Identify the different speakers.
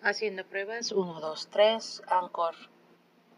Speaker 1: Haciendo pruebas, 1, 2, 3, Anchor.